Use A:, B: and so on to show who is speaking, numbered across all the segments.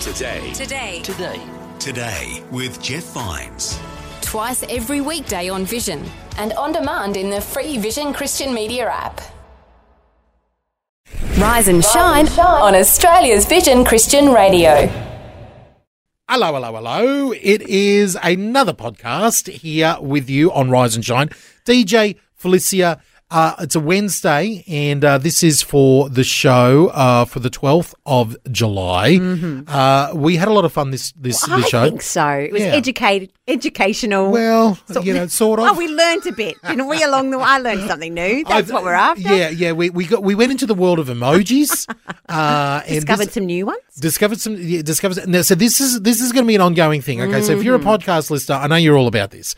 A: Today.
B: Today,
C: Today.
D: Today with Jeff Vines.
E: twice every weekday on Vision and on demand in the free Vision Christian Media app. Rise and shine, on Australia's Vision Christian Radio.
F: Hello, hello, hello. It is another podcast here with you on Rise and Shine. DJ Felicia. Uh, it's a Wednesday, and uh, this is for the show uh, for the 12th of July. Uh, we had a lot of fun this this, this
G: Mm-hmm. I
F: show.
G: think so. It was
F: Yeah.
G: educated, educational.
F: Well, you know, sort of.
G: Oh, we learnt a bit, didn't we? Along the way, I learned something new. That's
F: I've-
G: what we're after.
F: Yeah, yeah. We, we got we went into the world of emojis. uh, and
G: Discovered
F: this-
G: some new ones.
F: discovered some yeah, discovered now so this is this is going to be an ongoing thing okay so if you're a
G: Mm.
F: podcast listener i know you're all about this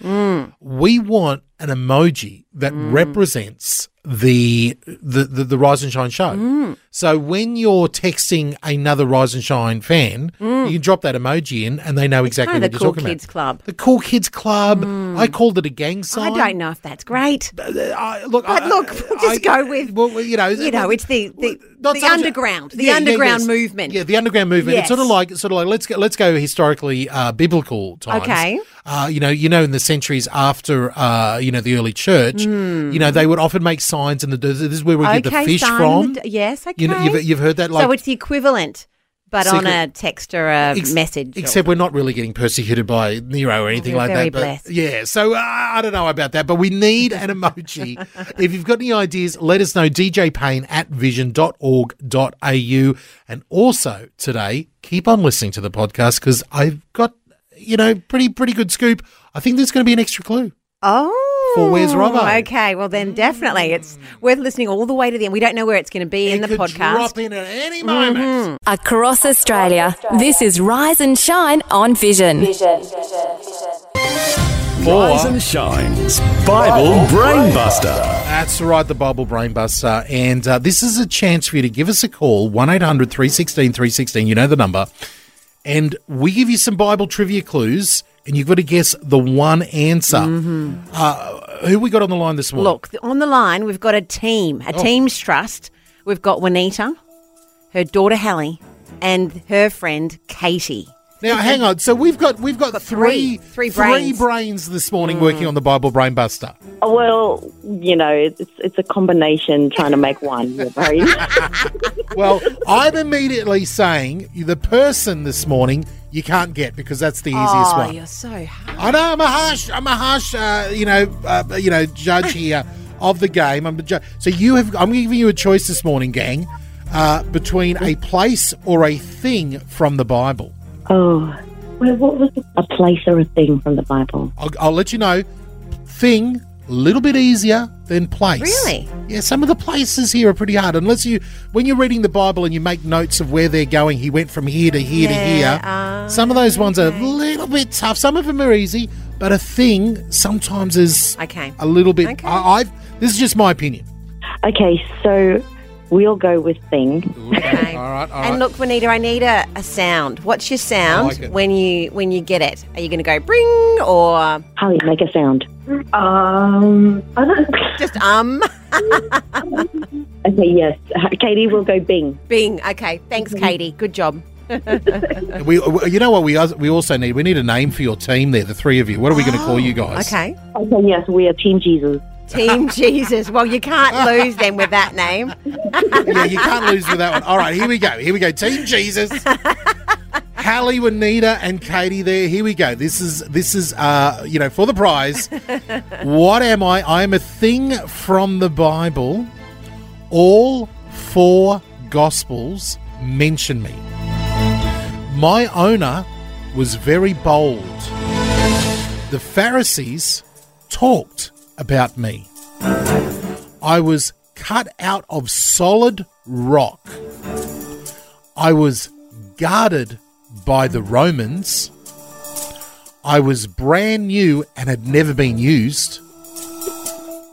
F: we want an emoji that
G: Mm.
F: represents the the, the the rise and shine show
G: Mm.
F: so when you're texting another rise and shine fan you can drop that emoji in and they know exactly
G: kind of
F: what
G: Mm. the
F: you're
G: cool
F: talking
G: kids
F: about
G: club. Mm.
F: the cool kids club i called it a gang
G: I
F: sign Uh,
G: don't know if that's great.
F: I, look
G: But
F: I-
G: look, we'll just go with-
F: well you know
G: You know, it's the the,
F: not
G: the
F: so much-
G: underground, the
F: Yeah, yeah,
G: underground
F: yes.
G: movement.
F: Yeah, the underground movement. It's
G: Yes.
F: sort of like sort of like let's go let's go historically uh, biblical times.
G: Okay.
F: Uh, you know, you know, in the centuries after, uh, you know, the early church, you know, they would often make signs in the. This is where we get the
G: Hmm. Okay,
F: fish
G: sign
F: from.
G: in the- yes,
F: You know,
G: okay.
F: you've, you've heard that, like
G: so it's the equivalent, but on
F: Secret-
G: a text or a
F: Ex-
G: message.
F: Except we're not really getting persecuted by Nero or anything
G: We're
F: like
G: very
F: that. But
G: blessed.
F: yeah, so uh, I don't know about that, but we need an emoji. if you've got any ideas, let us know. DJ Payne at vision.org.au. And also today, keep on listening to the podcast because I've got, you know, pretty, pretty good scoop. I think there's going to be an extra clue.
G: Oh,
F: For Where's Robbo?
G: Okay, well then definitely it's worth listening all the way to the end. We don't know where it's going to be in the
F: It could
G: podcast. Mm-hmm.
F: Drop in at any moment.
E: Across Australia, this is Rise and Shine on Vision.
A: Rise and Shine's Bible Brainbuster.
F: That's right, the Bible Brainbuster. And uh, this is a chance for you to give us a call, 1 800 316 316. You know the number. And we give you some Bible trivia clues, and you've got to guess the one answer. Uh, who we got on the line this morning?
G: Mm-hmm. Look, th- on the line, we've got a team, a
F: Oh.
G: team's trust. We've got Juanita, her daughter Hallie, and her friend Katie.
F: Now, hang on. So we've got we've got, three
G: three- three brains. Mm.
F: brains this morning working on the Bible Brainbuster.
H: Oh, Well, you know, it's it's a combination trying to make one. Your brain.
F: Well, I'm immediately saying the person this morning you can't get because that's the easiest
G: oh,
F: one.
G: you're so hard.
F: I know I'm a harsh, I'm a harsh, uh, you know, uh, you know, judge here of the game. I'm the ju- so you have. I'm giving you a choice this morning, gang, uh, between a
G: Mm-hmm.
F: place or a thing from the Bible.
H: oh, well, what was it? a place or a thing from the Bible?
F: I'll, I'll let you know. Thing a little bit easier than place.
G: Really?
F: Yeah. Some of the places here are pretty hard, unless you, when you're reading the Bible and you make notes of where they're going. He went from here to here to here.
G: Yeah, uh,
F: some of those ones are a little bit tough. Some of them are easy, but a thing sometimes is.
G: Okay.
F: a little bit.
G: Okay.
F: I, I've this is just my opinion.
H: Okay, so we'll go with thing.
G: Okay.
F: All right, all right.
G: And look, Juanita, I need a, a sound. What's your sound
F: like it.
G: when you when you get it? Are you going to go bring or
H: Holly, make a sound.
G: just um
H: Okay, yes, Katie will go Bing.
G: bing? Okay, thanks,
H: Mm-hmm.
G: Katie. Good job.
F: We, we- you know what we us- we also need? We need a name for your team there, the three of you. What are we going to call you guys?
G: Okay,
H: Okay, yes, we are Team Jesus.
G: Team Jesus. Well, you can't lose them with that name.
F: yeah, you can't lose with that one. All right, here we go. Here we go. Team Jesus. Hallie, Juanita, and Katie there. Here we go. This is this is uh, you know, for the prize. what am I? I am a thing from the Bible. All four gospels mention me. My owner was very bold. The Pharisees talked about me. I was cut out of solid rock. I was guarded by the Romans. I was brand new and had never been used.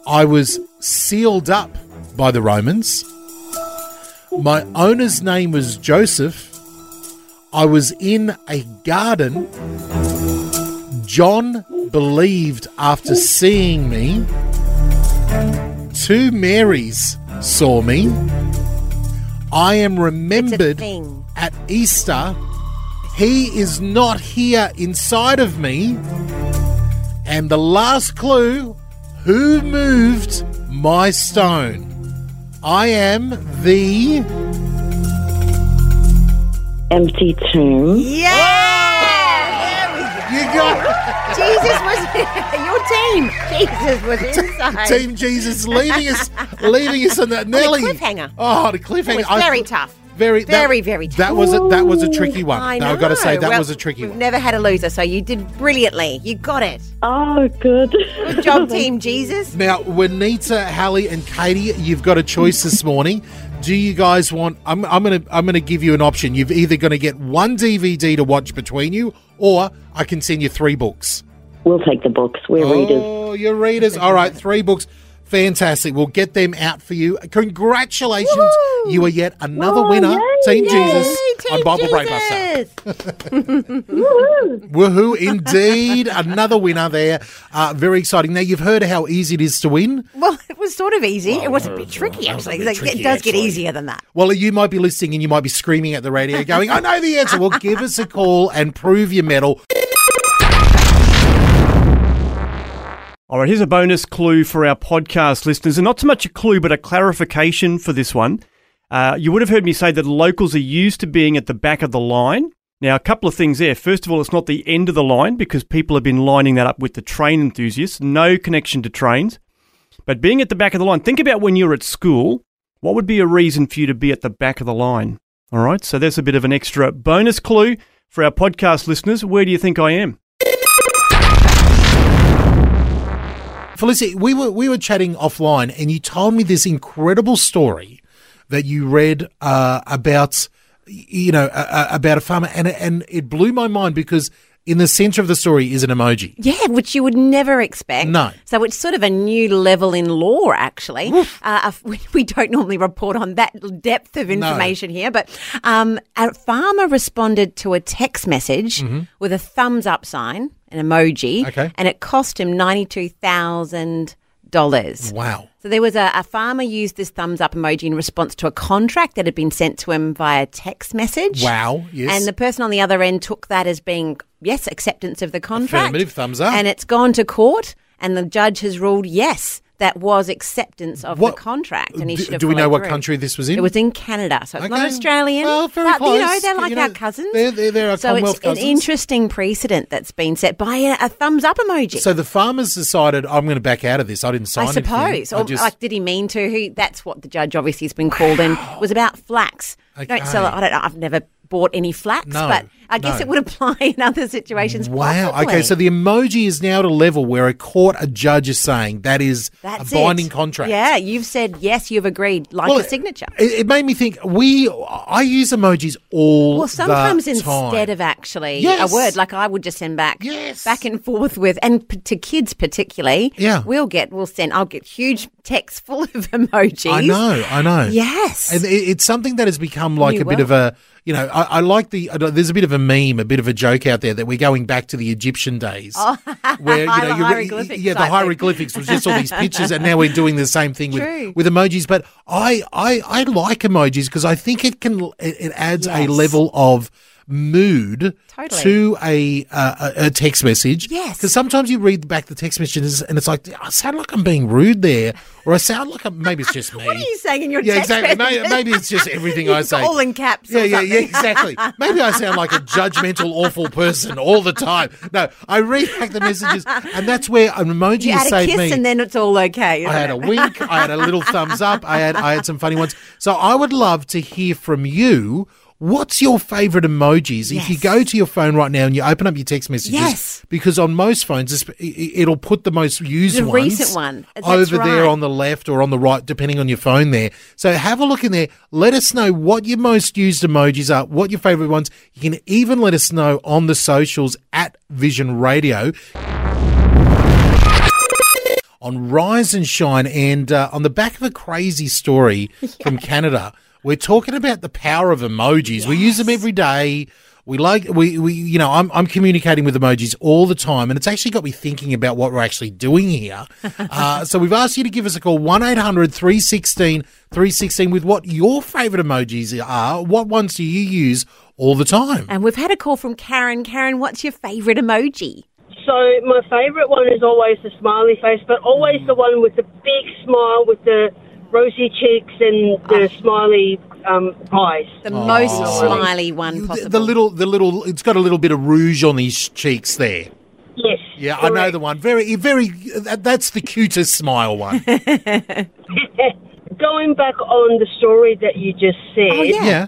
F: I was sealed up by the Romans. My owner's name was Joseph. I was in a garden. John believed after seeing me. Two Marys saw me. I am
G: It's a
F: remembered
G: thing.
F: at Easter He is not here inside of me. And the last clue who moved my stone? I am the.
H: Empty tomb.
G: Yeah!
F: You got
G: Jesus was your team. Jesus was inside.
F: Team Jesus leaving us, leaving us on that Nelly
G: cliffhanger.
F: Oh, the cliffhanger.
G: It was
F: I-
G: very tough.
F: Very, that-
G: Very, very tough.
F: That was a, that was a tricky one.
G: I
F: No, I've got to say
G: know.
F: that
G: Well,
F: was a tricky
G: we've
F: one.
G: Never had a loser, so you did brilliantly. You got it.
H: Oh, good.
G: Good job, Team Jesus.
F: Now, Juanita, Hallie, and Katie, you've got a choice this morning. Do you guys want? I'm, I'm gonna I'm gonna give you an option. You've either gonna get one DVD to watch between you, or I can send you three books.
H: We'll take the books. We're readers.
F: Oh, your readers! All right, three books. Fantastic. We'll get them out for you. Congratulations. You are yet another winner, Team Jesus,
G: Yay,
F: on
G: Team
F: Bible Brainbuster.
G: Jesus.
F: Woohoo, indeed. Another winner there. Uh, very exciting. Now, you've heard how easy it is to win.
G: Well, it was sort of easy. it was a bit tricky, actually. Like, it does get easier than that.
F: Well, you might be listening and you might be screaming at the radio going, I know the answer. Well, give us a call and prove your medal.
B: All right, here's a bonus clue for our podcast listeners, and not so much a clue, but a clarification for this one. Uh, you would have heard me say that locals are used to being at the back of the line. Now, a couple of things there. First of all, it's not the end of the line because people have been lining that up with the train enthusiasts. No connection to trains. But being at the back of the line, think about when you're at school. What would be a reason for you to be at the back of the line? All right, so that's a bit of an extra bonus clue for our podcast listeners. Where do you think I am?
F: Felicity, we were, we were chatting offline and you told me this incredible story that you read uh, about, you know, uh, about a farmer. And, and it blew my mind because in the center of the story is an emoji.
G: Yeah, which you would never expect.
F: No.
G: So it's sort of a new level in law, actually. Uh, we, we don't normally report on that depth of information here, but um, a farmer responded to a text message with a thumbs up sign, an emoji,
F: Mm-hmm. Okay.
G: and it cost him $92,000.
F: Wow.
G: So there was a, a farmer used this thumbs up emoji in response to a contract that had been sent to him via text message.
F: Wow, yes.
G: And the person on the other end took that as being yes, acceptance of the contract.
F: Affirmative, thumbs up.
G: And it's gone to court, and the judge has ruled yes, that was acceptance of
F: What-
G: the contract, and he
F: do,
G: should have
F: do we know
G: followed
F: what
G: through.
F: country this was in?
G: It was in Canada, so it's not
F: Okay.
G: Australian.
F: Well, very
G: but, You know,
F: close.
G: they're
F: You
G: like
F: know,
G: our cousins.
F: they're- they're- they're our
G: so
F: Commonwealth
G: it's
F: cousins.
G: an interesting precedent that's been set by a, a thumbs up emoji.
F: So the farmers decided, I'm going to back out of this. I didn't sign
G: I
F: anything.
G: suppose. Or,
F: I just-
G: like, did he mean to? Who? That's what the judge obviously has been called in. It was about flax. Don't sell it.
F: Okay.
G: I don't know. I've never bought any flax,
F: No,
G: but I guess
F: no.
G: it would apply in other situations.
F: wow. Okay,
G: possibly.
F: so the emoji is now at a level where a court, a judge is saying that is
G: That's
F: a binding
G: it.
F: contract.
G: Yeah, you've said yes, you've agreed, like
F: Well,
G: a signature.
F: It, it made me think. We, I use emojis all
G: well, sometimes
F: the time.
G: instead of actually
F: Yes.
G: a word, like I would just send back,
F: Yes.
G: back and forth with, and p- to kids particularly,
F: Yeah.
G: we'll get, we'll send, I'll get huge texts full of emojis.
F: I know, I know.
G: Yes.
F: And it, it's something that has become like
G: New
F: a bit of a, you know, I, I like the, I don't- there's a bit of a meme, a bit of a joke out there that we're going back to the Egyptian days. where, you
G: Oh. The
F: know, you're-
G: hieroglyphics
F: yeah, the
G: type thing.
F: hieroglyphics was just all these pictures, and now we're doing the same thing
G: True.
F: with, with emojis. But I, I, I like emojis because I think it can, it, it adds
G: Yes.
F: a level of, Mood
G: Totally.
F: to a, uh, a a text message.
G: Yes.
F: because sometimes you read back the text messages and it's like I sound like I'm being rude there, or I sound like I'm maybe it's just me.
G: What are you saying in your
F: Yeah,
G: text
F: exactly. May-
G: message?
F: Maybe, it's just everything I
G: It's
F: say.
G: all in caps or
F: Yeah, yeah, yeah,
G: something.
F: exactly. Maybe I sound like a judgmental, awful person all the time. No, I read back the messages, and that's where an emoji
G: you
F: has
G: add a
F: saved
G: kiss
F: me.
G: and then it's all okay.
F: I had a wink. I had a little thumbs up. I had I had some funny ones. So I would love to hear from you. What's your favourite emojis? If you
G: Yes.
F: go to your phone right now and you open up your text messages,
G: Yes.
F: because on most phones it's- i- i- it'll put the most used
G: The
F: ones
G: recent one. That's
F: over there
G: right.
F: on the left or on the right, depending on your phone there. So have a look in there. Let us know what your most used emojis are, what your favourite ones. You can even let us know on the socials at Vision Radio on Rise and Shine. And uh, on the back of a crazy story from Canada, we're talking about the power of emojis. We use them every day. We like we, we you know I'm I'm communicating with emojis all the time, and it's actually got me thinking about what we're actually doing here. uh, so we've asked you to give us a call 1-800-316-316 with what your favourite emojis are. What ones do you use all the time?
G: And we've had a call from Karen. Karen, what's your favourite emoji?
C: So my favourite one is always the smiley face, but always the one with the big smile, with the rosy cheeks and the
F: Ah.
C: smiley um, eyes.
G: The most smiley one
F: Oh, The-
G: possible.
F: the little the little it's got a little bit of rouge on his cheeks there.
C: Yes.
F: Yeah, I know the one. Very, very. That, that's the cutest smile one.
C: Going back on the story that you just said,
G: Oh, yeah.
F: yeah.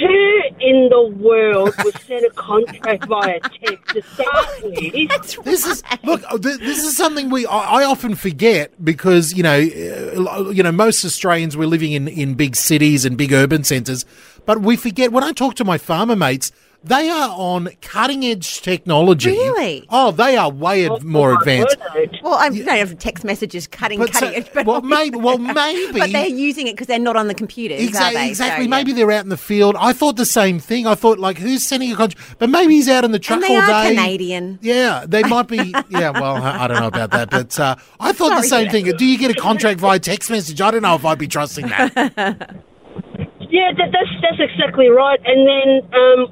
C: who in the world would send a contract via text to start with?
G: That's right.
F: This is look. uh, th- This is something we I I often forget because you know, uh, you know, most Australians we're living in in big cities and big urban centres, but we forget. When I talk to my farmer mates, they are on cutting edge technology.
G: Really?
F: Oh, they are way ad- more advanced.
C: My word.
G: Well, I don't have text messages cutting,
F: But so-
G: cutting it. But
F: well, maybe. Well, maybe.
G: But they're using it because they're not on the computers,
F: Exactly.
G: are they? So,
F: Exactly.
G: yeah.
F: Maybe they're out in the field. I thought the same thing. I thought like, who's sending a contract? But maybe he's out in the truck
G: And they
F: all
G: are
F: day.
G: Canadian.
F: Yeah, they might be. Yeah, well, I I don't know about that, but uh, I thought the
G: Sorry.
F: same thing. Do you get a contract via text message? I don't know if I'd be trusting that.
C: Yeah, that, that's that's exactly right. And then um,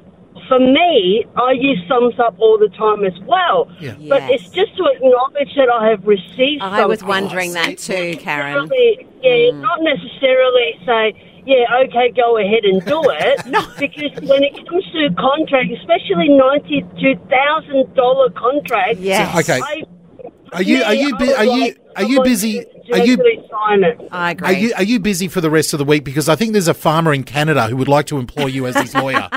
C: for me, I use thumbs up all the time as well.
F: Yeah.
C: But
G: Yes.
C: it's just to acknowledge that I have received.
G: I was
F: Oh,
C: something.
G: wondering that too, Karen. Mm.
C: Necessarily- Yeah, not necessarily say. Yeah, okay, go ahead and do it. no. Because when it comes to contract, especially $92,000 contract.
G: Yes.
F: So, okay.
C: I,
F: Are you- are you
C: I
F: bu-
C: would
F: are you-
C: like
F: are you
C: someone
F: busy-
C: to- to
F: are you-
C: actually sign it.
G: I
F: Are
G: agree.
F: you are you busy for the rest of the week? Because I think there's a farmer in Canada who would like to employ you as his lawyer.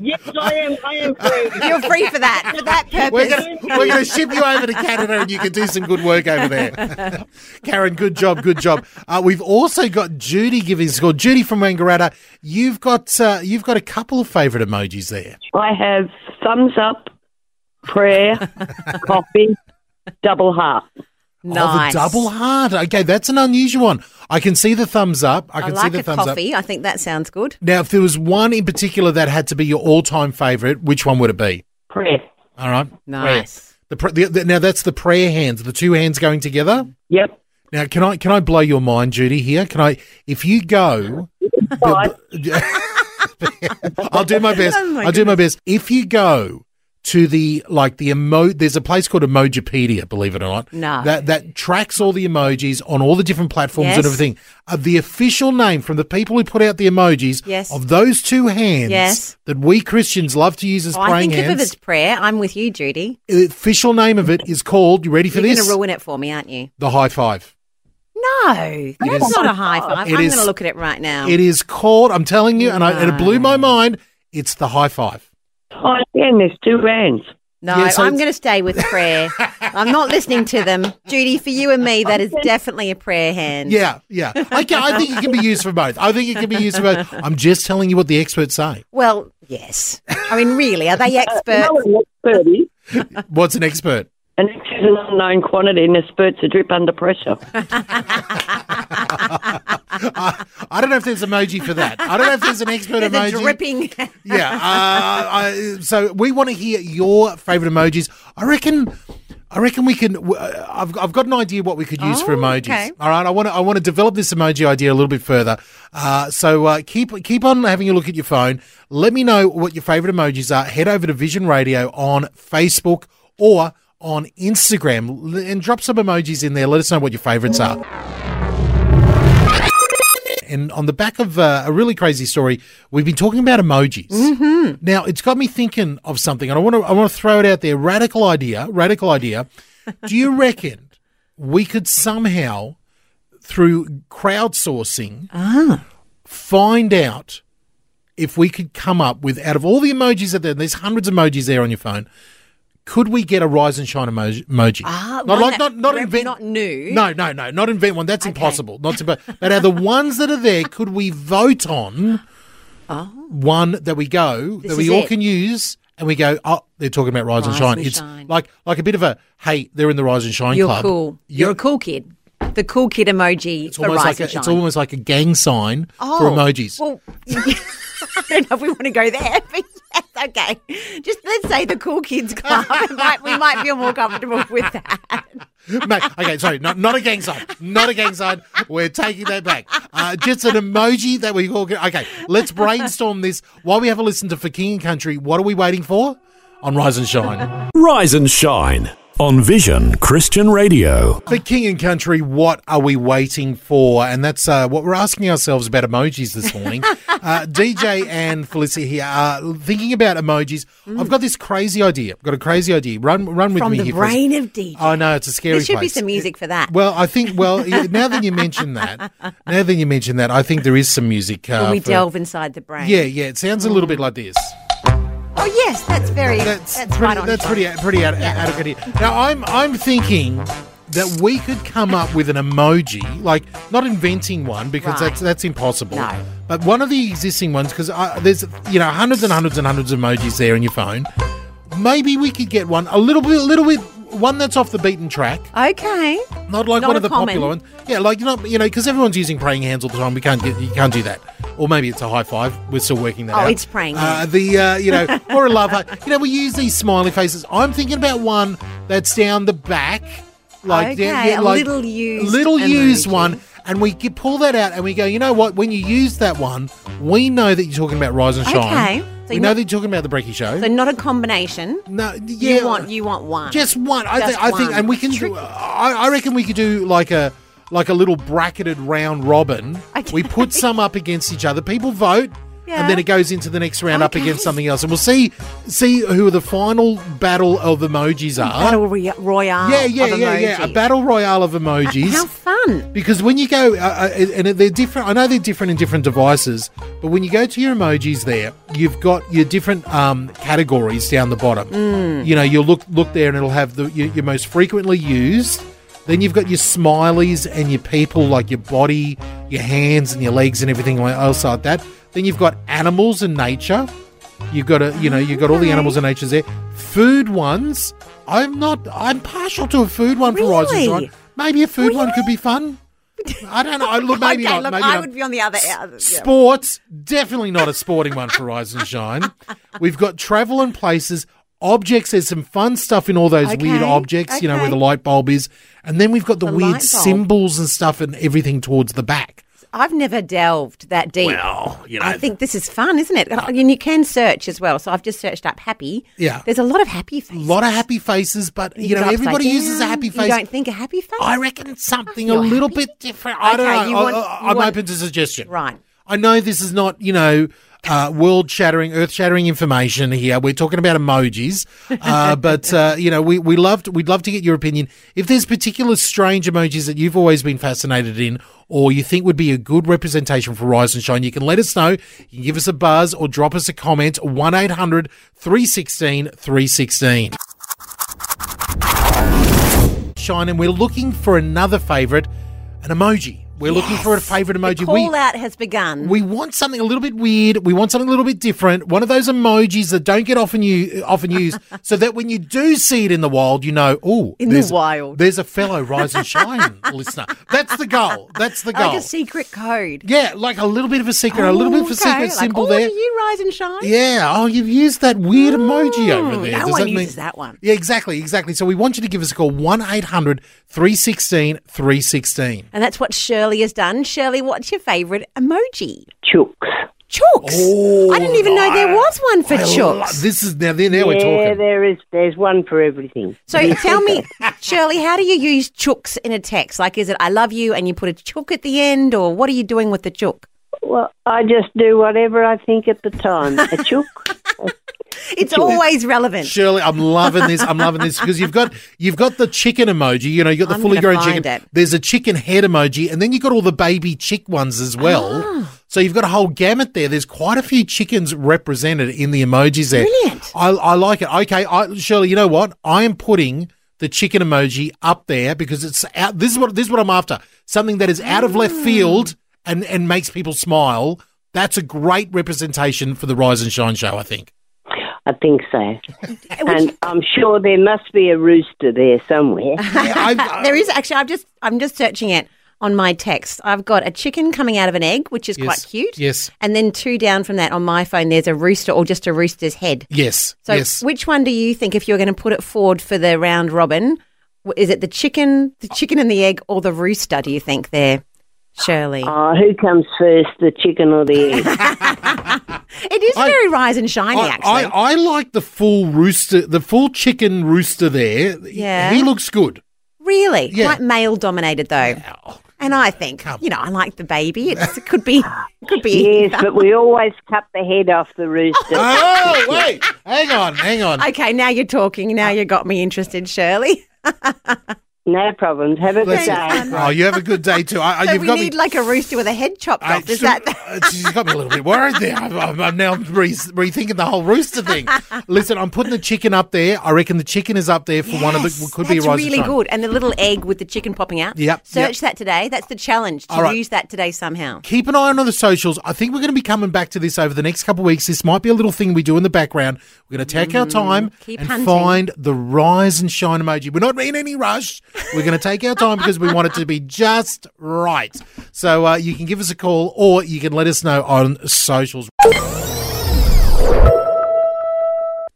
C: Yes, I am. I am free.
G: You're free for that, for that purpose.
F: We're going we're gonna ship you over to Canada and you can do some good work over there. Karen, good job, good job. Uh, we've also got Judy giving us a call. Judy from Wangaratta, you've got uh, you've got a couple of favourite emojis there.
H: I have thumbs up, prayer, coffee, double heart.
G: nice.
F: Oh, the double heart. Okay, that's an unusual one. I can see the thumbs up. I
G: I,
F: can see
G: like
F: the
G: a
F: thumbs up.
G: coffee. I think that sounds good.
F: Now, if there was one in particular that had to be your all-time favourite, which one would it be?
H: Prayer.
F: All right.
G: Nice.
F: The, pr- the, the, now that's the prayer hands, the two hands going together.
H: Yep.
F: Now, can I can I blow your mind, Judy? Here, can I? If you go, I'll do my best.
G: Oh my
F: I'll do my best. If you go to the like the emo, there's a place called Emojipedia, believe it or not.
G: No.
F: that that tracks all the emojis on all the different platforms
G: Yes.
F: and everything. Uh, the official name from the people who put out the emojis
G: Yes.
F: of those two hands
G: Yes.
F: that we Christians love to use as
G: Oh, I
F: praying
G: think if
F: hands.
G: it's prayer, I'm with you, Judy.
F: The official name of it is called. You ready for
G: You're going
F: this?
G: to ruin it for me, aren't you?
F: the high five.
G: No, that's
F: is-
G: not a high five.
F: It
G: I'm going
F: is-
G: to look at it right now.
F: It is called. I'm telling you, and, I, and it blew my mind. It's the high five.
H: Oh, yeah, and there's two hands.
G: no,
F: yeah, so
G: I'm
F: it's-
G: going to stay with prayer. I'm not listening to them, Judy. For you and me, that is definitely a prayer hand.
F: Yeah, yeah. Okay, I think it can be used for both. I think it can be used for both. I'm just telling you what the experts say.
G: Well, yes. I mean, really, are they experts?
H: No, an expert is.
F: What's an expert?
H: An X is an unknown quantity and a spurt's a drip under pressure.
F: I, I don't know if there's emoji for that. I don't know if there's an expert
G: They're
F: emoji.
G: the dripping.
F: Yeah. Uh, I, so we want to hear your favorite emojis. I reckon. I reckon we can. w- uh, I've, I've got an idea what we could use for
G: Oh,
F: emojis.
G: okay.
F: All right. I want to. I want to develop this emoji idea a little bit further. Uh, so uh, keep keep on having a look at your phone. Let me know what your favorite emojis are. Head over to Vision Radio on Facebook or on Instagram L- and drop some emojis in there. Let us know what your favorites are. And on the back of uh, a really crazy story, we've been talking about emojis. Mm-hmm. Now it's got me thinking of something, and I want to I want to throw it out there. Radical idea, radical idea. Do you reckon we could somehow, through crowdsourcing,
G: Ah.
F: find out if we could come up with out of all the emojis that there, there's hundreds of emojis there on your phone. Could we get a rise and shine emoji? emoji?
G: Ah,
F: not
G: one that
F: like not not
G: rep-
F: invent
G: not new.
F: No, no, no, not invent one. That's impossible. Not to, but but are the ones that are there? Could we vote on one that we go
G: This
F: that we
G: is
F: all
G: it.
F: can use? And we go, oh, they're talking about rise, and
G: Rise
F: shine.
G: and
F: it's
G: shine.
F: like like a bit of a hey, they're in the rise and shine
G: You're
F: club.
G: cool.
F: You're-
G: You're a cool kid. The cool kid emoji
F: It's
G: for
F: almost
G: Rise
F: like a,
G: and Shine. Oh.
F: it's almost like a gang sign for emojis.
G: Well, I don't know if we want to go there, but yes, okay. Just let's say the cool kids club. We might, we might feel more comfortable with that.
F: Mate, okay, sorry, not, not a gang sign. Not a gang sign. We're taking that back. Uh, just an emoji that we all get. Okay, let's brainstorm this. While we have a listen to For King and Country, what are we waiting for? On Rise and Shine.
A: Rise and shine on Vision Christian Radio.
F: For King and Country, what are we waiting for? And that's uh, what we're asking ourselves about emojis this morning. uh, DJ and Felicity here are thinking about emojis. I've got this crazy idea. I've got a crazy idea. Run, run with
G: Mm. From
F: me
G: the
F: here. for a-
G: brain of DJ.
F: I know it's a scary.
G: There should be
F: place.
G: some music for that.
F: Well, I think. Well, yeah, now that you mention that, now that you mention that, I think there is some music. Uh,
G: when we
F: for-
G: delve Mm. inside the brain.
F: Yeah, yeah. It sounds a little bit like this.
G: Oh yes, that's very.
F: That's,
G: That's,
F: pretty.
G: right on.
F: that's pretty. Pretty ad- adequate. Here. Now, I'm I'm thinking that we could come up with an emoji, like not inventing one because
G: Right.
F: that's that's impossible.
G: No.
F: But one of the existing ones, because there's you know hundreds and hundreds and hundreds of emojis there in your phone. Maybe we could get one a little bit, a little bit, one that's off the beaten track.
G: Okay.
F: Not like
G: Not a
F: one of the
G: common.
F: popular ones. Yeah, like you know, you know, because everyone's using praying hands all the time. We can't get, you can't do that. Or maybe it's a high five. We're still working that
G: Oh,
F: out.
G: it's praying
F: Uh,
G: hands.
F: the uh, you know, or a love heart. You know, we use these smiley faces. I'm thinking about one that's down the back, like
G: Okay,
F: down, yeah,
G: a
F: like
G: little used
F: little used
G: emoji.
F: one. And we get, pull that out and we go, you know what? When you use that one, we know that you're talking about Rise and Shine.
G: Okay. So
F: we
G: you-
F: know that you're talking about the Brecky Show.
G: So not a combination.
F: no, yeah. uh,
G: You want you want one.
F: Just one. I,
G: Just
F: think I think,
G: one.
F: and we can. Do, I, I reckon we could do like a like a little bracketed round robin.
G: Okay.
F: We put some up against each other. People vote,
G: Yeah.
F: and then it goes into the next round up
G: Okay.
F: against something else, and we'll see see who the final battle of emojis are.
G: battle ro- royale.
F: yeah, yeah,
G: of
F: yeah, yeah. A
G: emojis.
F: battle royale of
G: Uh,
F: emojis.
G: How fun!
F: Because when you go, uh, uh, and they're different, I know they're different in different devices, but when you go to your emojis there, you've got your different um, categories down the bottom. You know, you'll look look there and it'll have the, your, your most frequently used. Then you've got your smileys and your people, like your body, your hands and your legs and everything else like that. Then you've got animals and nature. You've got a, you know, you've got all the animals and natures there. Food ones. I'm not. I'm partial to a food one for Rise and
G: Really?
F: Shine. Maybe a food one could be fun. I don't know. I Look, maybe
G: okay,
F: not.
G: look,
F: maybe
G: I
F: not.
G: would be on the other. other yeah.
F: Sports, definitely not a sporting one for Rise and Shine. We've got travel and places, objects. There's some fun stuff in all those weird
G: Okay,
F: objects, you know, where
G: okay.
F: the light bulb is. And then we've got the,
G: The
F: weird
G: light bulb.
F: symbols and stuff and everything towards the back.
G: I've never delved that deep.
A: Well, you know.
G: I think this is fun, isn't it? And you can search as well. So I've just searched up happy.
F: Yeah.
G: There's a lot of happy
F: A
G: faces.
F: lot of happy faces, but, you,
G: go
F: know,
G: upside
F: everybody uses a
G: down.
F: happy face.
G: You don't think a happy face?
F: I reckon something
G: I
F: a
G: feel
F: little
G: happy.
F: bit different. I don't
G: Okay,
F: know.
G: you
F: I,
G: want-
F: I,
G: you
F: I'm
G: want-
F: open to suggestion.
G: Right.
F: I know this is not, you know, uh, world shattering, earth shattering information here. We're talking about emojis, uh, but uh, you know, we we loved we'd love to get your opinion. If there's particular strange emojis that you've always been fascinated in, or you think would be a good representation for Rise and Shine, you can let us know. You can give us a buzz or drop us a comment. One 316 316 Shine, and we're looking for another favourite, an emoji. We're looking for a favourite emoji.
G: The
F: We-
G: call out has begun.
F: we want something a little bit weird. We want something a little bit different. One of those emojis that don't get often u- often used, so that when you do see it in the wild, you know, oh,
G: In the wild.
F: there's a fellow rise and shine listener. That's the goal. That's the goal.
G: like a secret code.
F: yeah, like a little bit of a secret, a little bit of a
G: Okay,
F: secret
G: like,
F: symbol
G: oh,
F: there.
G: do you rise and shine?
F: Yeah. Oh, you've used that weird emoji over
G: Mm,
F: there.
G: no
F: Does
G: one
F: that mean-
G: uses that one.
F: Yeah, exactly, exactly. So we want you to give us a call 1-800 316 316.
G: And that's what Shirley has done. Shirley, what's your favourite emoji?
H: Chooks.
G: Chooks. I didn't even know
F: Oh,
G: there was one for
F: Lo-
G: chooks.
F: This is now, now we're
C: Yeah,
F: talking.
C: there is. There's one for everything.
G: So tell me, Shirley, how do you use chooks in a text? Like, is it I love you and you put a chook at the end, or what are you doing with the chook?
C: Well, I just do whatever I think at the time. A chook.
G: It's always relevant.
F: Shirley, I'm loving this. I'm loving this because you've got you've got the chicken emoji. You know, you have got the
G: I'm
F: fully
G: gonna
F: grown chicken.
G: find it.
F: There's a chicken head emoji, and then you've got all the baby chick ones as well.
G: Ah.
F: So you've got a whole gamut there. There's quite a few chickens represented in the emojis there.
G: Brilliant.
F: I, I like it. Okay, I, Shirley, you know what? I am putting the chicken emoji up there because it's out. This is what this is what I'm after. Something that is out of
G: Ah.
F: left field and and makes people smile. That's a great representation for the Rise and Shine show. I think.
C: I think so. and I'm sure there must be a rooster there somewhere.
F: Yeah, I- I-
G: There is actually. I'm just. I'm just searching it. on my text. I've got a chicken coming out of an egg, which is quite
F: Yes.
G: cute.
F: Yes.
G: And then two down from that on my phone, there's a rooster or just a rooster's head.
F: Yes.
G: So,
F: yes.
G: which one do you think, if you're going to put it forward for the round robin, w- is it the chicken, the chicken and the egg, or the rooster? Do you think there, Shirley?
C: Oh, who comes first, the chicken or the egg?
G: it is
F: I-
G: very rise and shiny,
F: I,
G: actually.
F: I, I like the full rooster, the full chicken rooster there.
G: Yeah.
F: He looks good.
G: really,
F: Yeah.
G: quite male dominated though. And I think, you know, I like the baby. It's, it could be, could be.
C: yes, but we always cut the head off the rooster.
F: Oh, wait. Hang on. Hang on.
G: Okay, now you're talking.
F: Uh,
G: Now you got me interested, Shirley.
C: no problems. Have a good
F: Bless you.
C: day.
F: Oh, you have a good day too. I, I-
G: So
F: you've
G: we
F: got
G: need
F: me.
G: like a rooster with a head chopped
F: I-
G: off. Is
F: so-
G: that?
F: uh, she's got me a little bit worried there. I'm, I'm, I'm now re- rethinking the whole rooster thing. Listen, I'm putting the chicken up there. I reckon the chicken is up there for one of
G: Yes,
F: the. Could be a
G: that's
F: rise and
G: really
F: shine.
G: good. And the little egg with the chicken popping out.
F: Yep,
G: Search
F: yep.
G: that today. That's the challenge to
F: All right.
G: use that today somehow.
F: keep an eye on the socials. I think we're going to be coming back to this over the next couple of weeks. This might be a little thing we do in the background. We're going to take our time
G: Mm, keep
F: and
G: hunting.
F: find the rise and shine emoji. We're not in any rush. We're going to take our time because we want it to be just right. So uh, you can give us a call or you can let us know on socials.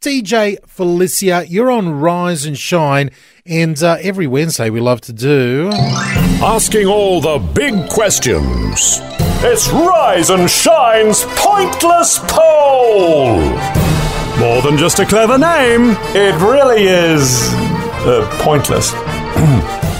F: TJ Felicia, you're on Rise and Shine, and uh, every Wednesday we love to do.
A: Asking all the big questions. It's Rise and Shine's pointless poll. More than just a clever name, it really is uh, pointless.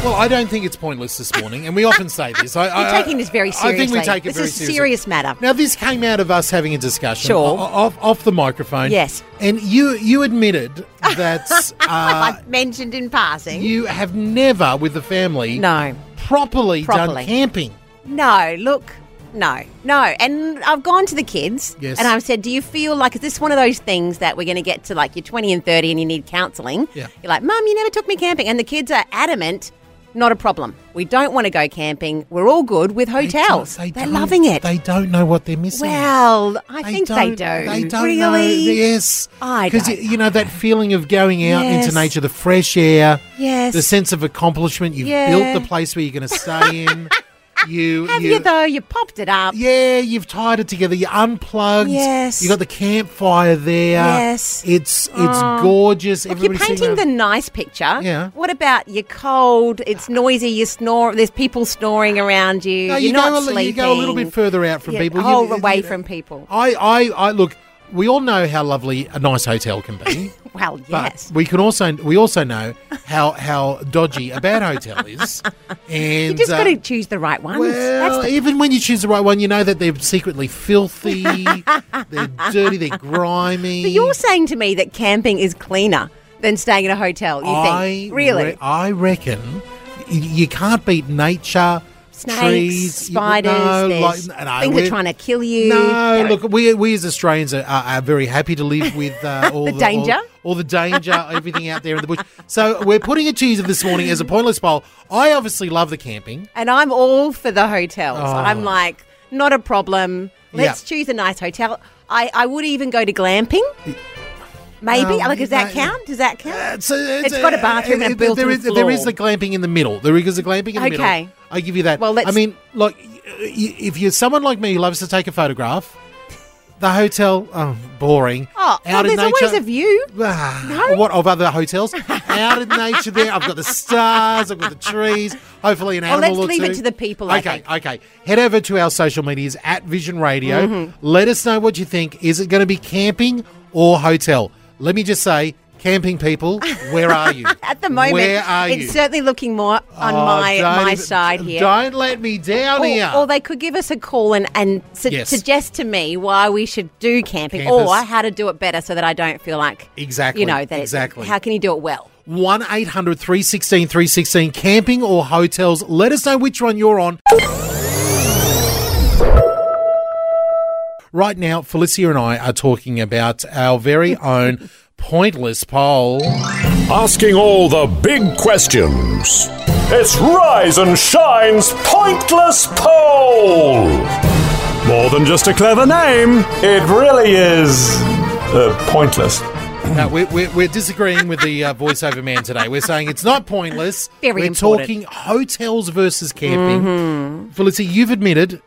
F: Well, I don't think it's pointless this morning, and we often say this. I,
G: We're
F: I-
G: taking this very
F: I think we
G: seriously.
F: take it
G: This
F: very
G: is a
F: seriously.
G: serious matter.
F: Now, this came out of us having a discussion
G: Sure.
F: o- o- off, off the microphone.
G: Yes.
F: and you you admitted that uh,
G: I've mentioned in passing.
F: you have never, with the family,
G: no.
F: properly,
G: Properly.
F: done camping.
G: No, look. No, no. And I've gone to the kids
F: Yes.
G: and I've said, Do you feel like, is this one of those things that we're going to get to like you're 20 and 30 and you need counseling?
F: Yeah.
G: You're like, Mum, you never took me camping. And the kids are adamant, not a problem. We don't want to go camping. We're all good with
F: They don't-
G: hotels.
F: they
G: are
F: don't-
G: loving it.
F: They don't know what they're missing.
G: Well, I think they do.
F: They don't
G: really?
F: know. Yes,
G: I
F: because
G: don't
F: you know that feeling of going out
G: Yes.
F: into nature, the fresh air,
G: Yes.
F: the sense of accomplishment. You've
G: Yeah.
F: built the place where you're going to stay in. You
G: Have you, though? You popped it up.
F: Yeah, you've tied it together. You unplugged.
G: Yes.
F: You got the campfire there.
G: Yes. Oh.
F: It's it's gorgeous.
G: Look, you're
F: Everybody's
G: painting
F: sitting
G: the
F: around-
G: nice picture.
F: Yeah.
G: What about you're cold? It's noisy. You snore. There's people snoring around you.
F: No,
G: you're
F: you
G: not
F: go a, li-
G: sleeping.
F: You go a little bit further out from
G: Yeah,
F: people. You-
G: oh,
F: you-
G: away
F: you-
G: from people.
F: I, I, I look. We all know how lovely a nice hotel can be.
G: Well,
F: But
G: yes.
F: we can also we also know how how dodgy a bad hotel is, and
G: You just
F: uh,
G: got to choose the right ones.
F: Well,
G: That's the,
F: even when you choose the right one, you know that they're secretly filthy, they're dirty, they're grimy.
G: but you're saying to me that camping is cleaner than staying in a hotel. You think? Really?
F: re- I reckon y- you can't beat nature.
G: Snakes,
F: trees, you-
G: spiders,
F: no,
G: there's
F: like- no,
G: things are
F: we're-
G: trying to kill you.
F: No,
G: They're-
F: look, we, we as Australians are, are, are very happy to live with uh, all
G: The
F: the,
G: danger.
F: all, all the danger, everything out there in the bush. So we're putting it to you this morning as a pointless poll. I obviously love the camping.
G: and I'm all for the hotels.
F: Oh.
G: I'm like, not a problem. Let's choose a nice hotel. I, I would even go to glamping. Maybe.
F: Um, Uh,
G: like, does that
F: no.
G: count? Does that count?
F: It's, a-
G: It's got a bathroom and a
F: there
G: built-in
F: is- There is
G: floor.
F: the glamping in the middle. There is the glamping in the middle.
G: Okay.
F: I give you that.
G: Well, let's-
F: I mean, look, y- y- if you're someone like me who loves to take a photograph, the hotel, oh, boring.
G: Oh, well,
F: Out in
G: there's always
F: nature-
G: a view.
F: Ah, What of other hotels? Out in nature, there. I've got the stars. I've got the trees. Hopefully, an
G: Well,
F: animal.
G: let's
F: or
G: leave it
F: two.
G: to the people, I
F: Okay,
G: think.
F: okay. Head over to our social medias at Vision Radio.
G: Mm-hmm.
F: Let us know what you think. Is it going to be camping or hotel? Let me just say, camping people, where are you
G: At the moment,
F: Where are
G: it's
F: you?
G: certainly looking more on
F: Oh,
G: my
F: don't
G: my
F: even-
G: side here.
F: Don't let me down here.
G: or, or they could give us a call and, and su-
F: Yes.
G: suggest to me why we should do camping
F: Campers.
G: or how to do it better so that I don't feel like,
F: Exactly,
G: you know, that it-
F: exactly.
G: how can you do it well?
F: 1 800 316 316, camping or hotels. Let us know which one you're on. Right now, Felicia and I are talking about our very own pointless poll.
A: Asking all the big questions. It's Rise and Shine's pointless poll. More than just a clever name, it really is uh, pointless.
F: No, we're, we're, we're disagreeing with the uh, voiceover man today. We're saying it's not pointless.
G: Very
F: we're
G: important. Mm-hmm.
F: talking hotels versus camping. Felicity, you've admitted,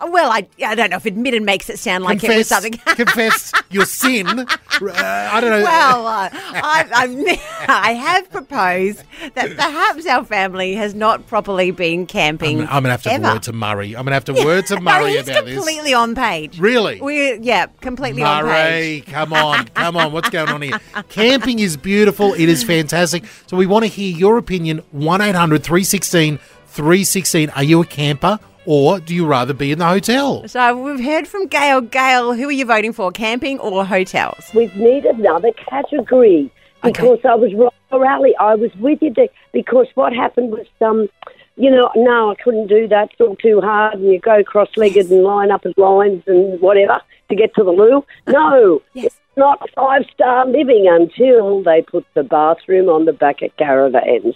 G: Well, I, I don't know if admitted makes it sound like it was
F: confessed,
G: something.
F: confessed your sin. Uh, I don't know.
G: Well, uh, I, I've, I have proposed that perhaps our family has not properly been camping.
F: I'm, I'm gonna have to
G: ever.
F: word to Murray. I'm gonna have to word to Murray
G: no, he's
F: about this.
G: completely on page.
F: Really?
G: We yeah, completely on page.
F: Murray, come on, come on. What's going on here? Camping is beautiful. It is fantastic. So we want to hear your opinion. 1 800 316 316. Are you a camper or do you rather be in the hotel?
G: So we've heard from Gail. Gail, who are you voting for, camping or hotels?
H: We need another category because I was right for Ali. I was with you there because what happened was, um, you know, no, I couldn't do that. It's all too hard, and you go cross-legged and line up as lines and whatever to get to the loo. No,
G: Yes.
H: it's not five-star living until they put the bathroom on the back of caravans.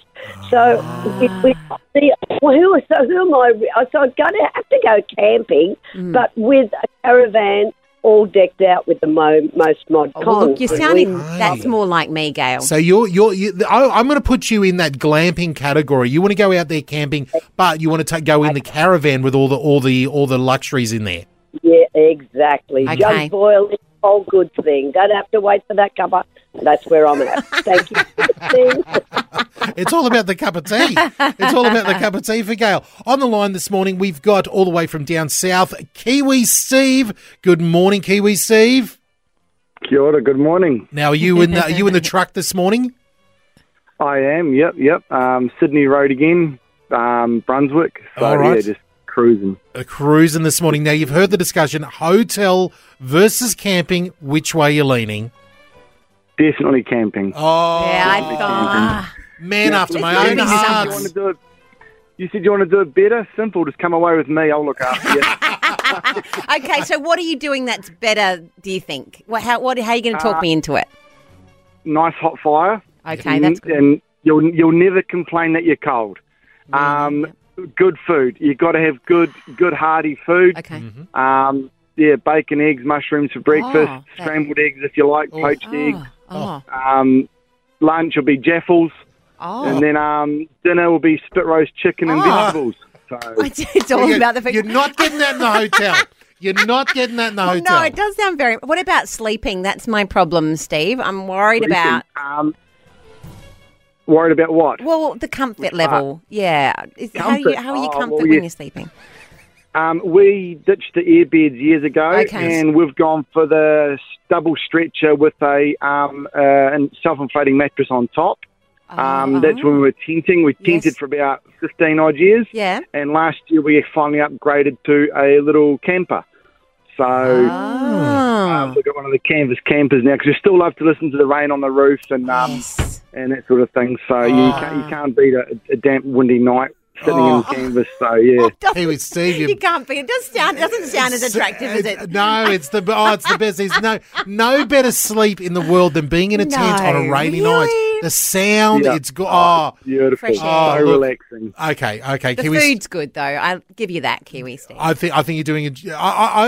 H: So, we, we, the, well, who, so who am I? I- So I'm going to have to go camping,
G: Mm.
H: but with a caravan. All decked out with the mo- most mod
G: Oh, well, look, you're
H: cons.
G: sounding.
H: We-
G: That's more like me, Gail.
F: So you're you're you, I, I'm going to put you in that glamping category. You want to go out there camping, but you want to ta go in the caravan with all the all the all the luxuries in there.
H: Yeah, exactly.
G: Okay.
H: Just boil it, whole good thing. Don't have to wait for that cover. That's where I'm at. Thank you.
F: It's all about the cup of tea. It's all about the cup of tea for Gail. On the line this morning, we've got all the way from down south, Kiwi Steve. Good morning, Kiwi Steve.
C: Kia ora, good morning.
F: Now, are you in the, are you in the truck this morning?
C: I am, yep, yep. Um, Sydney Road again, um, Brunswick. So,
F: All right.
C: yeah, just cruising.
F: Uh, Cruising this morning. Now, you've heard the discussion: hotel versus camping. Which way you're leaning?
C: Definitely camping.
F: Oh,
G: yeah, I thought.
F: man after my
G: There's
F: own
G: gotta be
C: You,
F: heart.
C: want to do it, you said you want to do it better? Simple, just come away with me. I'll look after you.
G: Okay, so what are you doing that's better? Do you think? What, how, what, how are you going to talk me into it?
C: Uh, nice hot fire.
G: Okay, that's good.
C: And you'll, you'll never complain that you're cold. Um, Good food. You've got to have good, good hearty food.
G: Okay.
C: Um, yeah, bacon, eggs, mushrooms for breakfast,
G: Oh, that-
C: scrambled eggs if you like,
F: Oh.
C: poached eggs.
G: Oh, oh,
C: Um, lunch will be jaffles,
G: oh.
C: and then um, dinner will be spit roast chicken and
G: Oh.
C: vegetables. So
G: it's all
F: You're-
G: about the food.
F: You're not getting that in the hotel. You're not getting that in the hotel.
G: No, it does sound very. What about sleeping? That's my problem, Steve. I'm worried about
C: um, worried about what?
G: well the comfort level. Yeah, Is- how are you,
C: Uh, Comfort.
G: how are you
C: Oh, well,
G: comfort
C: yeah.
G: when you're sleeping?
C: Um, we ditched the airbeds years ago,
G: Okay.
C: and we've gone for the double stretcher with a um, uh, and self-inflating mattress on top. Um,
G: Oh.
C: That's when we were tenting. We tented
G: Yes.
C: for about fifteen odd years.
G: Yeah.
C: And last year we finally upgraded to a little camper. So
I: Ah.
C: Um,
G: Oh.
C: we've got one of the canvas campers now because we still love to listen to the rain on the roof and um,
G: Yes.
C: and that sort of thing. So you,
I: Ah.
C: can't, you can't beat a, a damp, windy night sitting
F: Oh.
C: in canvas. So yeah,
F: Hey, with Steve, you-
G: you can't be. It does sound. It doesn't sound as attractive as
F: It's-
G: it.
F: No, it's the oh, it's the best. There's no no better sleep in the world than being in a tent on a
G: No,
F: rainy
G: really?
F: night. The sound,
C: Yeah.
F: it's go- oh.
C: beautiful,
G: Fresh
C: so
G: air.
F: Oh, look.
C: relaxing.
F: Okay, okay.
G: The
F: Kiwi,
G: food's good though. I'll give you that, Kiwi Steve.
F: I think I think you're doing. A, I,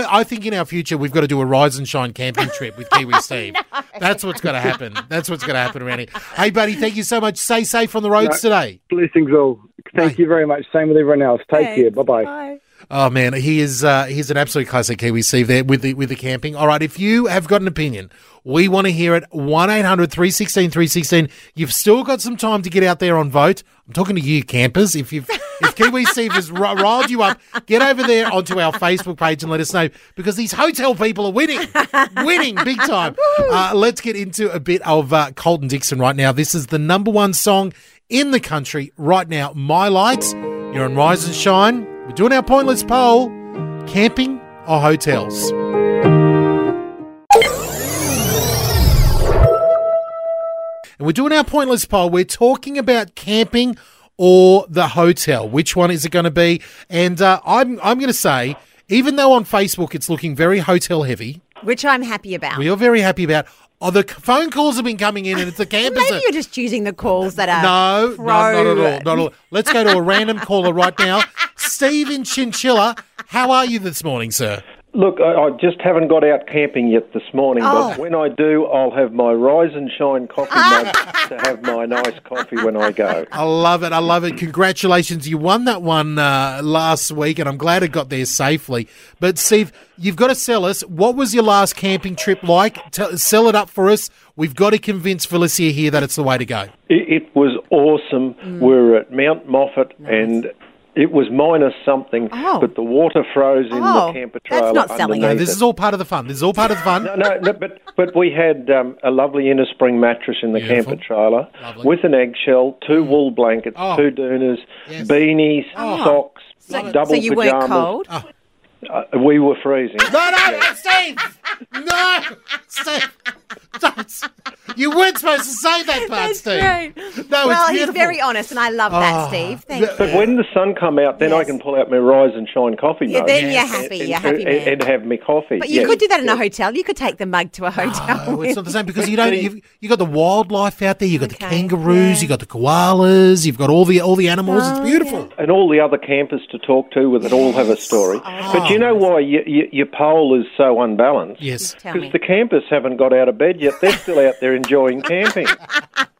F: I I think in our future we've got to do a rise and shine camping trip with Kiwi Steve. That's what's going to happen. That's what's going to happen around here. Hey, buddy, thank you so much. Stay safe on the roads today.
C: Blessings all. Thank
F: Right.
C: you very much. Same with everyone else. Take care. Bye bye.
F: Oh man, he is uh, he's an absolute classic Kiwi Steve there with the with the camping. All right, if you have got an opinion, we want to hear it. 1-800-316-316. You've still got some time to get out there on vote. I'm talking to you campers. If you've if Kiwi Steve has ri- riled you up, get over there onto our Facebook page and let us know because these hotel people are winning. winning big time. Uh, let's get into a bit of uh, Colton Dixon right now. This is the number one song in the country right now. My Lights. You're on Rise and Shine. We're doing our pointless poll camping or hotels? And we're doing our pointless poll. We're talking about camping or the hotel. Which one is it going to be? And uh, I'm, I'm going to say, even though on Facebook it's looking very hotel heavy,
G: Which I'm happy about.
F: we are very happy about. Oh, the c- phone calls have been coming in, and it's the campers.
G: Maybe
F: that-
G: you're just choosing the calls that are
F: no, no, not at all.
G: pro-
F: Not at all. Let's go to a random caller right now. Steve in Chinchilla, how are you this morning, sir?
J: Look, I, I just haven't got out camping yet this morning, but
G: Oh.
J: when I do, I'll have my Rise and Shine coffee mug to have my nice coffee when I go.
F: I love it. I love it. Congratulations. You won that one uh, last week, and I'm glad it got there safely. But, Steve, you've got to sell us. What was your last camping trip like? Tell sell it up for us. We've got to convince Felicia here that it's the way to go.
J: It, it was awesome.
G: Mm.
J: We were at Mount Moffat and. It was minus something,
F: Oh.
J: but the water froze in
F: Oh,
J: the camper
F: that's
J: trailer.
F: not selling it. No,
J: underneath
F: this is all part of the fun. This is all part of the fun.
J: no, no, no, but but we had um, a lovely inner spring mattress in the camper trailer with an eggshell, two wool blankets,
I: Oh.
J: two doonas, beanies,
I: Oh.
J: socks,
I: So- so
J: double
I: you weren't
J: pajamas.
I: cold?
F: Oh,
J: Uh, we were freezing.
F: No, no, Steve! No! Steve! Don't. You weren't supposed to say that part, Steve. No,
G: well,
F: it's
G: he's
F: beautiful.
G: very honest, and I love
F: Oh.
G: that, Steve. Thank you.
J: But when the sun come out, then I can pull out my rise and shine coffee
G: Yeah,
J: mug
G: then you're
J: and-
G: happy,
J: and-
G: you're
J: and,
G: happy man.
J: and have me coffee.
G: But you
J: yes.
G: could do that in a hotel. You could take the mug to a hotel.
F: Oh, it's not the same because you
G: with
F: don't.
G: you.
F: You've, you've got the wildlife out there. You've got the kangaroos. You've got the koalas. You've got all the all the animals.
G: Oh,
F: it's beautiful.
J: and all the other campers to talk to with it all have a story.
G: Oh,
J: But you know why y y your poll is so unbalanced?
F: Yes.
G: Tell me.
J: Because the campers haven't got out of bed yet. They're still out there enjoying camping.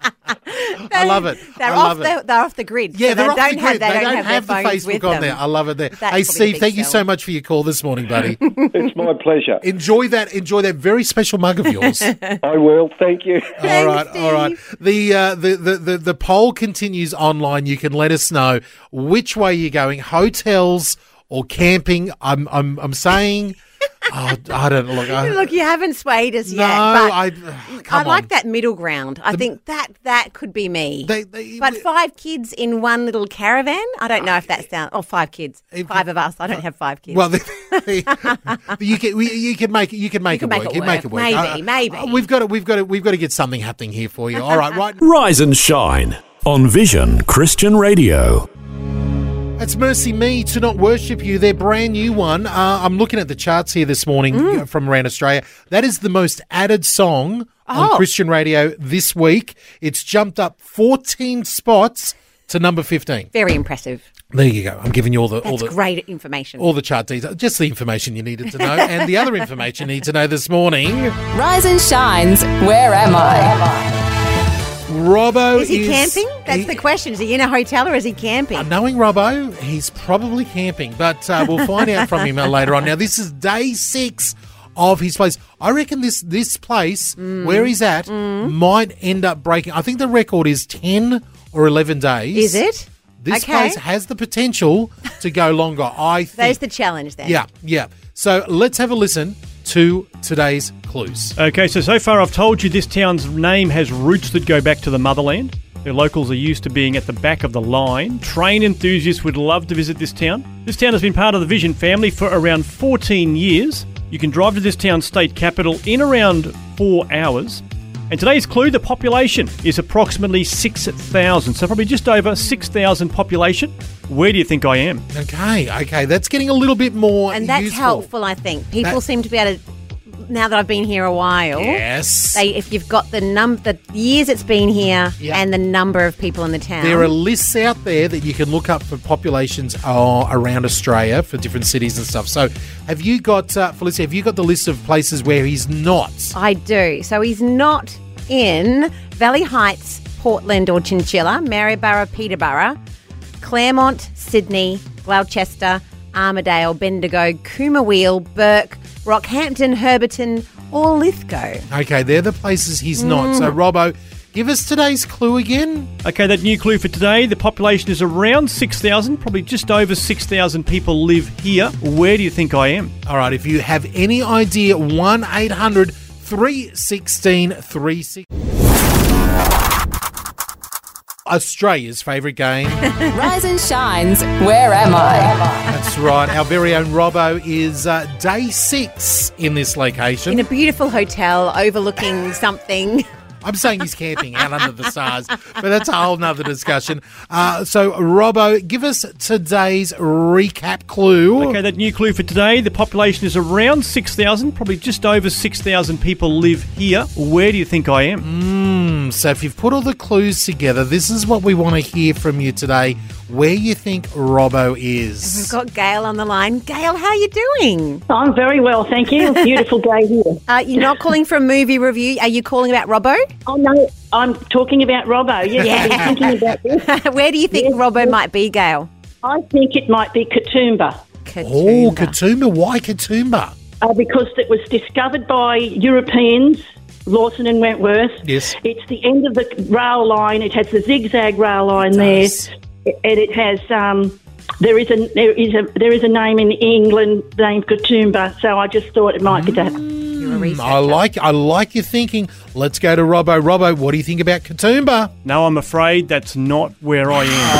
F: I love it.
G: They're
F: I
G: off
F: love
G: the,
F: it.
G: they're off the grid.
F: Yeah,
G: so
F: they're
G: they
F: off
G: don't
F: the
G: have
F: grid.
G: they,
F: they
G: don't
F: have,
G: their
F: the
G: phones
F: Facebook
G: with
F: on
G: them.
F: there. I love it there.
G: That's
F: hey,
G: probably a
F: Steve,
G: big
F: thank you
G: sell.
F: so much for your call this morning, buddy.
J: it's my pleasure.
F: enjoy that. Enjoy that very special mug of yours.
J: I will. Thank you.
F: all right, all right. The, uh, the the the the poll continues online. You can let us know which way you're going: hotels or camping. I'm I'm I'm saying. oh, I don't look. I,
G: Look, you haven't swayed us
F: no,
G: yet. but
F: I.
G: I
F: come
G: like
F: on.
G: that middle ground. I
F: The-
G: think that that could be me.
F: They- they-
G: but five kids in one little caravan? I don't know if that's down. Oh, five kids. Five of us. I don't have five kids.
F: Ah, Well, you can we, you can make you can make
G: can
F: it
G: make
F: work.
G: it
F: You
G: work.
F: make it work.
G: Maybe,
F: maybe. we've got to we've got to we've got to get something happening here for you. All right, right.
A: Rise and shine on Vision Christian Radio.
F: It's mercy me to not worship you. Their brand new one. Uh, I'm looking at the charts here this morning
G: Mm.
F: uh, from around Australia. That is the most added song
G: Oh.
F: on Christian radio this week. It's jumped up 14 spots to number 15.
G: Very impressive.
F: There you go. I'm giving you all the all
G: That's
F: the
G: great information.
F: all the chart details. Just the information you needed to know, and the other information you need to know this morning.
E: Rise and shines. Where am I?
F: Robbo
G: is he camping? That's the question. Is he in a hotel or is he camping?
F: Uh, Knowing Robbo, he's probably camping, but uh, we'll find out from him uh, later on. Now, this is day six of his place. I reckon this this place
G: Mm.
F: where he's at might end up breaking. I think the record is ten or eleven days.
G: Is it?
F: This
G: Okay.
F: place has the potential to go longer. I
G: There's
F: think.
G: the challenge then.
F: yeah, yeah. So let's have a listen to today's clues.
B: Okay, so so far I've told you this town's name has roots that go back to the motherland. The locals are used to being at the back of the line. Train enthusiasts would love to visit this town. This town has been part of the Vision family for around 14 years. You can drive to this town's state capital in around four hours. And today's clue the population is approximately 6,000, so probably just over 6,000 population. Where do you think I am?
F: Okay, okay, that's getting a little bit more.
G: And that's
F: useful.
G: helpful, I think. People seem to be able to, now that I've been here a while.
F: Yes.
G: They, if you've got the num the years it's been here and the number of people in the town.
F: There are lists out there that you can look up for populations uh, around Australia for different cities and stuff. So, have you got, uh, Felicity, have you got the list of places where he's not?
G: I do. So he's not in Valley Heights, Portland or Chinchilla, Maryborough, Peterborough, Claremont, Sydney, Gloucester, Armadale, Bendigo, Coomerwheel, Burke, Rockhampton, Herberton or Lithgow.
F: Okay, they're the places he's not.
G: Mm.
F: So, Robbo, give us today's clue again.
B: Okay, that new clue for today the population is around 6,000, probably just over 6,000 people live here. Where do you think I am?
F: All right, if you have any idea, 1 800 316 316. Australia's favourite game.
E: Rise and shines. Where am I?
F: That's right. Our very own Robbo is uh, day six in this location.
G: In a beautiful hotel overlooking something.
F: I'm saying he's camping out under the stars, but that's a whole nother discussion. Uh, so, Robbo, give us today's recap clue.
B: Okay, that new clue for today the population is around 6,000, probably just over 6,000 people live here. Where do you think I am?
F: Hmm, Um, so if you've put all the clues together, this is what we want to hear from you today. Where you think Robbo is?
G: We've got Gail on the line. Gail, how are you doing?
I: I'm very well, thank you. Beautiful day here.
G: Uh, you're not calling for a movie review. Are you calling about Robbo?
I: Oh, no. I'm talking about Robbo. Yes, I've been thinking about this.
G: Where do you think Robbo might be, Gail?
I: I think it might be Katoomba.
F: Oh, Katoomba. Why Katoomba?
I: Uh, because it was discovered by Europeans, Lawson and Wentworth.
F: Yes.
I: It's the end of the rail line. It has the zigzag rail line there,
F: does.
I: and it has um, there is a there is a there is a name in England named Katoomba. So I just thought it might be that.
F: Mm, I like I like your thinking. Let's go to Robbo. Robbo, what do you think about Katoomba?
B: No, I'm afraid that's not where I am.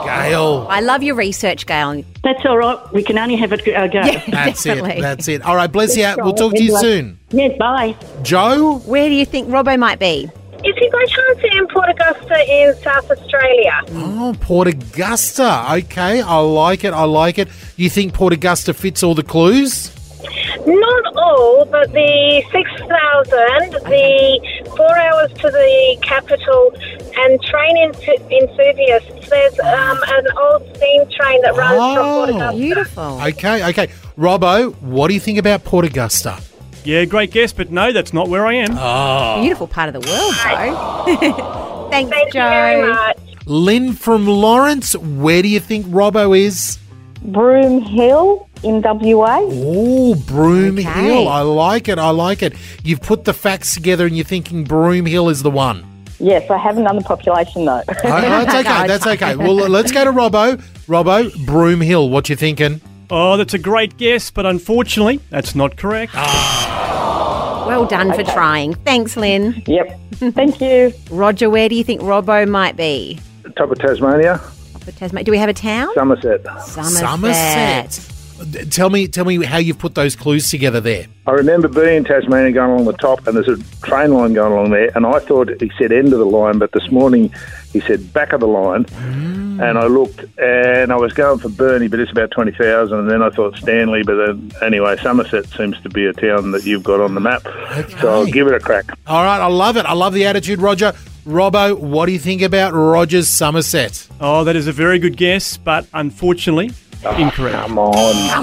F: Oh, Gail.
G: I love your research, Gail.
I: That's all right. We can only have a g- a go.
F: That's it. That's it. All right, bless you. We'll talk to you soon.
I: Yes, bye.
F: Joe?
G: Where do you think Robbo might be?
K: Is he by chance in Port Augusta in South Australia?
F: Oh, Port Augusta. Okay, I like it. I like it. You think Port Augusta fits all the clues?
K: Not all, but the 6,000, the four hours to the capital, and train enthu- enthusiasts. There's um, an old steam train that runs from Port Augusta.
G: Beautiful.
F: Oh, Okay, okay. Robbo, what do you think about Port Augusta?
B: Yeah, great guess, but no, that's not where I am.
G: Beautiful part of the world, though. Thanks,
K: Oh. Thank
G: Joe.
K: you very much.
F: Lynn from Lawrence, where do you think Robbo is?
H: Broom Hill in WA.
F: Oh, Broom
G: Okay.
F: Hill. I like it. I like it. You've put the facts together and you're thinking Broom Hill is the one.
H: Yes, I haven't done the population though.
F: Oh, that's okay. That's okay. Well, let's go to Robbo. Robbo, Broom Hill. What you thinking?
B: Oh, that's a great guess, but unfortunately, that's not correct.
G: Well done for trying. Thanks, Lynn.
H: yep. Thank you.
G: Roger, where do you think Robbo might be?
J: Top of Tasmania,
G: Up at Tasma- Do we have a town?
J: Somerset.
G: Somerset.
F: D- Tell me, tell me how you've put those clues together there.
J: I remember being in Tasmania going along the top, and there's a train line going along there, and I thought he said end of the line, but this morning he said back of the line, and I looked, and I was going for Burnie, but it's about 20,000, and then I thought Stanley, but then anyway, Somerset seems to be a town that you've got on the map, so I'll
F: Okay.
J: give it a crack.
F: All right, I love it. I love the attitude, Roger. Robbo, what do you think about Rogers Somerset?
B: Oh, that is a very good guess, but unfortunately, incorrect.
J: Ah, Come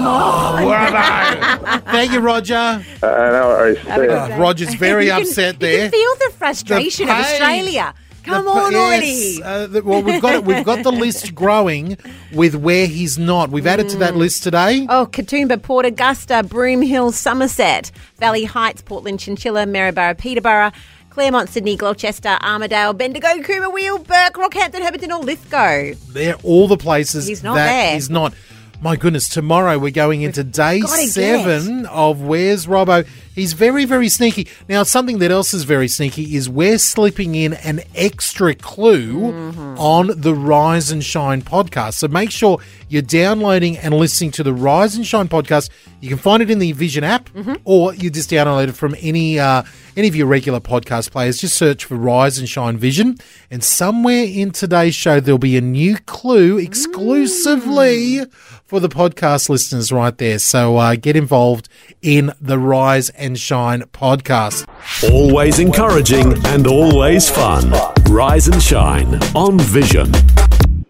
J: on.
F: Thank you, Roger.
J: Uh, no worries. See ya.
F: Uh, Roger's very
G: You can-
F: upset
G: You can
F: there.
G: feel the frustration of
F: pain.
G: Australia. Come
F: The-
G: on
F: yes,
G: already.
F: uh, the- well, we've got it. We've got the list growing with where he's not. We've added to that list today.
G: Oh, Katoomba, Port Augusta, Broome Hill, Somerset, Valley Heights, Portland, Chinchilla, Maryborough, Peterborough, Claremont, Sydney, Gloucester, Armadale, Bendigo, Cooma Wheel, Burke, Rockhampton, Herberton, or Lithgow.
F: They're all the places
G: He's not
F: that
G: there.
F: he's not. My goodness, tomorrow we're going into day
G: gotta get.
F: seven of Where's Robbo. He's very, very sneaky. Now, something that else is very sneaky is we're slipping in an extra clue
G: Mm-hmm.
F: on the Rise and Shine podcast. So make sure you're downloading and listening to the Rise and Shine podcast. You can find it in the Vision app,
G: Mm-hmm.
F: or you just download it from any uh, any of your regular podcast players. Just search for Rise and Shine Vision, and somewhere in today's show there'll be a new clue exclusively for the podcast listeners right there. So uh, get involved in the Rise and Shine podcast.
A: Always encouraging and always fun. Rise and shine on Vision.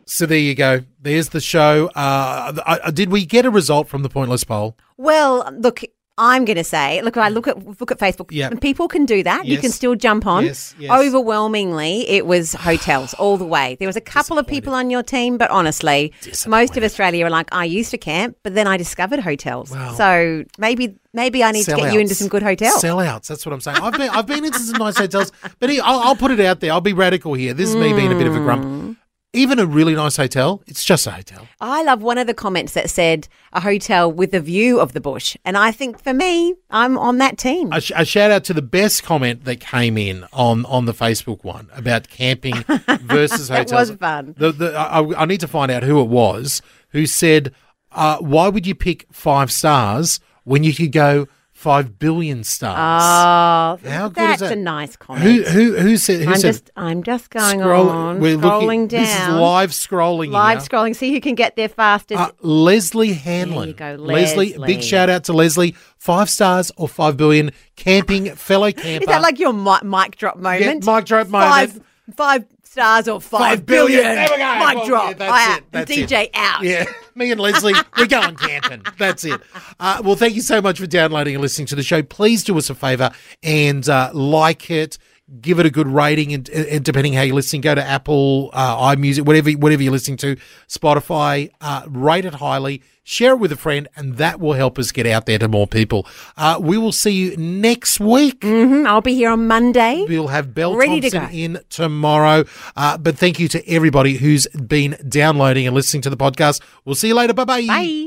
F: So there you go. There's the show. Uh, I, I- did we get a result from the pointless poll?
G: Well, look, I'm going to say, look, I look at look at Facebook.
F: Hmm. Yeah.
G: and People can do that. You
F: Yes.
G: can still jump on.
F: Yes, yes.
G: Overwhelmingly, it was hotels all the way. There was a couple of people on your team, but honestly, most of Australia are like, I used to camp, but then I discovered hotels. So maybe maybe I need to get you into
F: Sellouts.
G: some good hotels.
F: Sellouts. That's what I'm saying. I've been I've been into some nice hotels, but he, I'll, I'll put it out there. I'll be radical here. This is me being a bit of a
G: Mm.
F: grump. Even a really nice hotel, it's just a hotel.
G: I love one of the comments that said a hotel with a view of the bush, and I think for me, I'm on that team.
F: A, sh- a shout out to the best comment that came in on, on the Facebook one about camping versus
G: That
F: hotels.
G: was fun.
F: The, the, I, I- I need to find out who it was who said, uh, "Why would you pick five stars when you could go?" five billion stars.
G: Oh,
F: How good is
G: that's
F: that?
G: a nice comment.
F: who who who said? Who
G: I'm
F: said?
G: just I'm just going
F: Scroll-
G: on,
F: we're
G: scrolling
F: looking-
G: down.
F: This is live scrolling.
G: Live
F: here.
G: scrolling. See who can get there fastest.
F: Uh, Leslie Hanlon.
G: There you go,
F: Big shout out to Leslie. Five stars or five billion. Camping fellow camper.
G: Is that like your mic, mic drop moment?
F: mic drop
G: Five, five stars or five,
F: Five billion. There we go.
G: Mic
F: Well,
G: drop.
F: yeah, that's
G: I am
F: it, that's
G: DJ out.
F: Yeah, me and Leslie, we're going camping. That's it. Uh, well, thank you so much for downloading and listening to the show. Please do us a favor and uh, like it. Give it a good rating, and, and depending how you're listening, go to Apple, uh, iMusic, whatever whatever you're listening to, Spotify. Uh, rate it highly, share it with a friend, and that will help us get out there to more people. Uh, we will see you next week.
G: Mm, I'll be here on Monday.
F: We'll have Bell
G: Ready to
F: Thompson
G: go.
F: in tomorrow. Uh, but thank you to everybody who's been downloading and listening to the podcast. We'll see you later. Bye bye. Bye.